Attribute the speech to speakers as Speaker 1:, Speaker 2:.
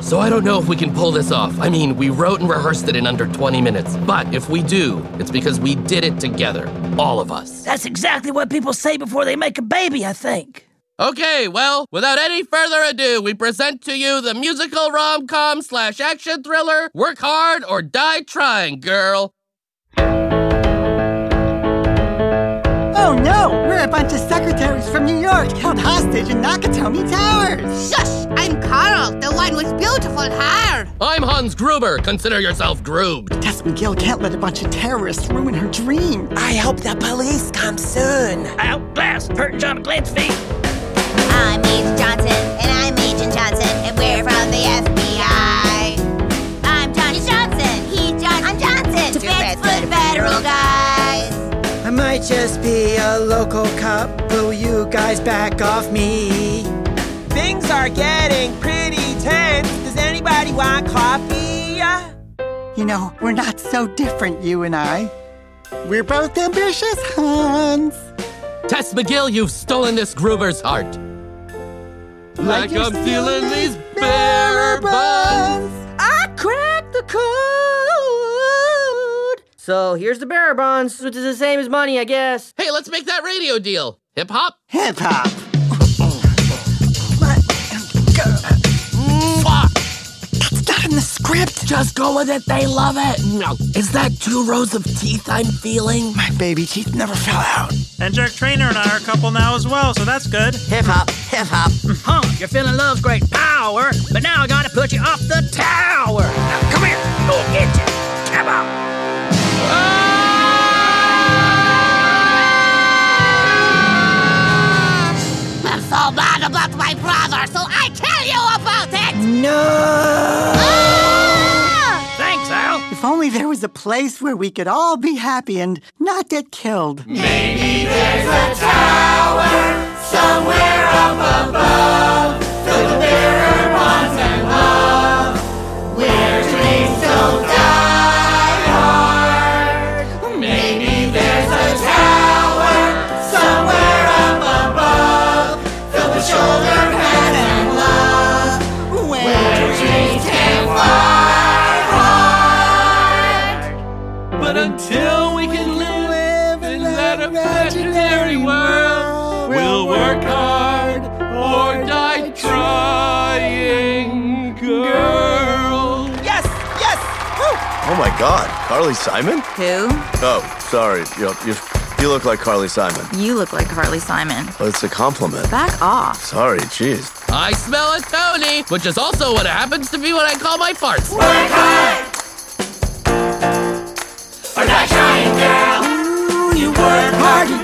Speaker 1: So I don't know if we can pull this off. I mean, we wrote and rehearsed it in under 20 minutes. But if we do, it's because we did it together. All of us.
Speaker 2: That's exactly what people say before they make a baby, I think.
Speaker 1: Okay, well, without any further ado, we present to you the musical rom com slash action thriller Work Hard or Die Trying, Girl.
Speaker 3: Oh no! We're a bunch of secretaries from New York held hostage in Nakatomi Towers!
Speaker 4: Shush! I'm Carl, the one with beautiful hair.
Speaker 1: I'm Hans Gruber. Consider yourself grooved.
Speaker 3: Tess McGill can't let a bunch of terrorists ruin her dream!
Speaker 5: I hope the police come soon.
Speaker 2: Outclass, Pert John McGlintsby.
Speaker 4: I'm Agent Johnson, and I'm Agent Johnson, and we're from the FBI. I'm Johnny Johnson, he John, I'm Johnson, defense for the federal guys.
Speaker 5: I might just be a local cop, will you guys back off me? Things are getting pretty tense. Does anybody want coffee?
Speaker 3: You know, we're not so different, you and I. We're both ambitious, Hans!
Speaker 1: Tess McGill, you've stolen this Gruber's heart. Like,
Speaker 3: you're
Speaker 1: I'm stealing these bearer bonds.
Speaker 5: I cracked the code.
Speaker 6: So here's the bearer bonds, which is the same as money, I guess.
Speaker 1: Hey, let's make that radio deal. Hip hop?
Speaker 3: Hip hop!
Speaker 1: Fuck!
Speaker 3: That's not in the script!
Speaker 1: Just go with it. They love it. No. Is that two rows of teeth I'm feeling?
Speaker 3: My baby teeth never fell out.
Speaker 7: And Jack Trainer and I are a couple now as well, so that's good.
Speaker 5: Hip hop, hip hop.
Speaker 8: Punk, you're feeling love's great power, but now I gotta put you off the tower. Now come here, go get you. Come on.
Speaker 4: I'm so mad about my brother, so I tell you about it.
Speaker 5: No.
Speaker 4: Ah!
Speaker 8: Thanks, Al.
Speaker 3: If only there was a place where we could all be happy and not get killed.
Speaker 1: But until we can live in that imaginary world, we'll work hard or die trying, girl.
Speaker 5: Yes, yes. Woo.
Speaker 9: Oh my God, Carly Simon?
Speaker 10: Who?
Speaker 9: Oh, sorry. You, you, you look like Carly Simon.
Speaker 10: You look like Carly Simon.
Speaker 9: Well, it's a compliment.
Speaker 10: Back off.
Speaker 9: Sorry, jeez.
Speaker 1: I smell a Tony, which is also what happens to me when I call my farts.
Speaker 5: Ooh, you work hard, you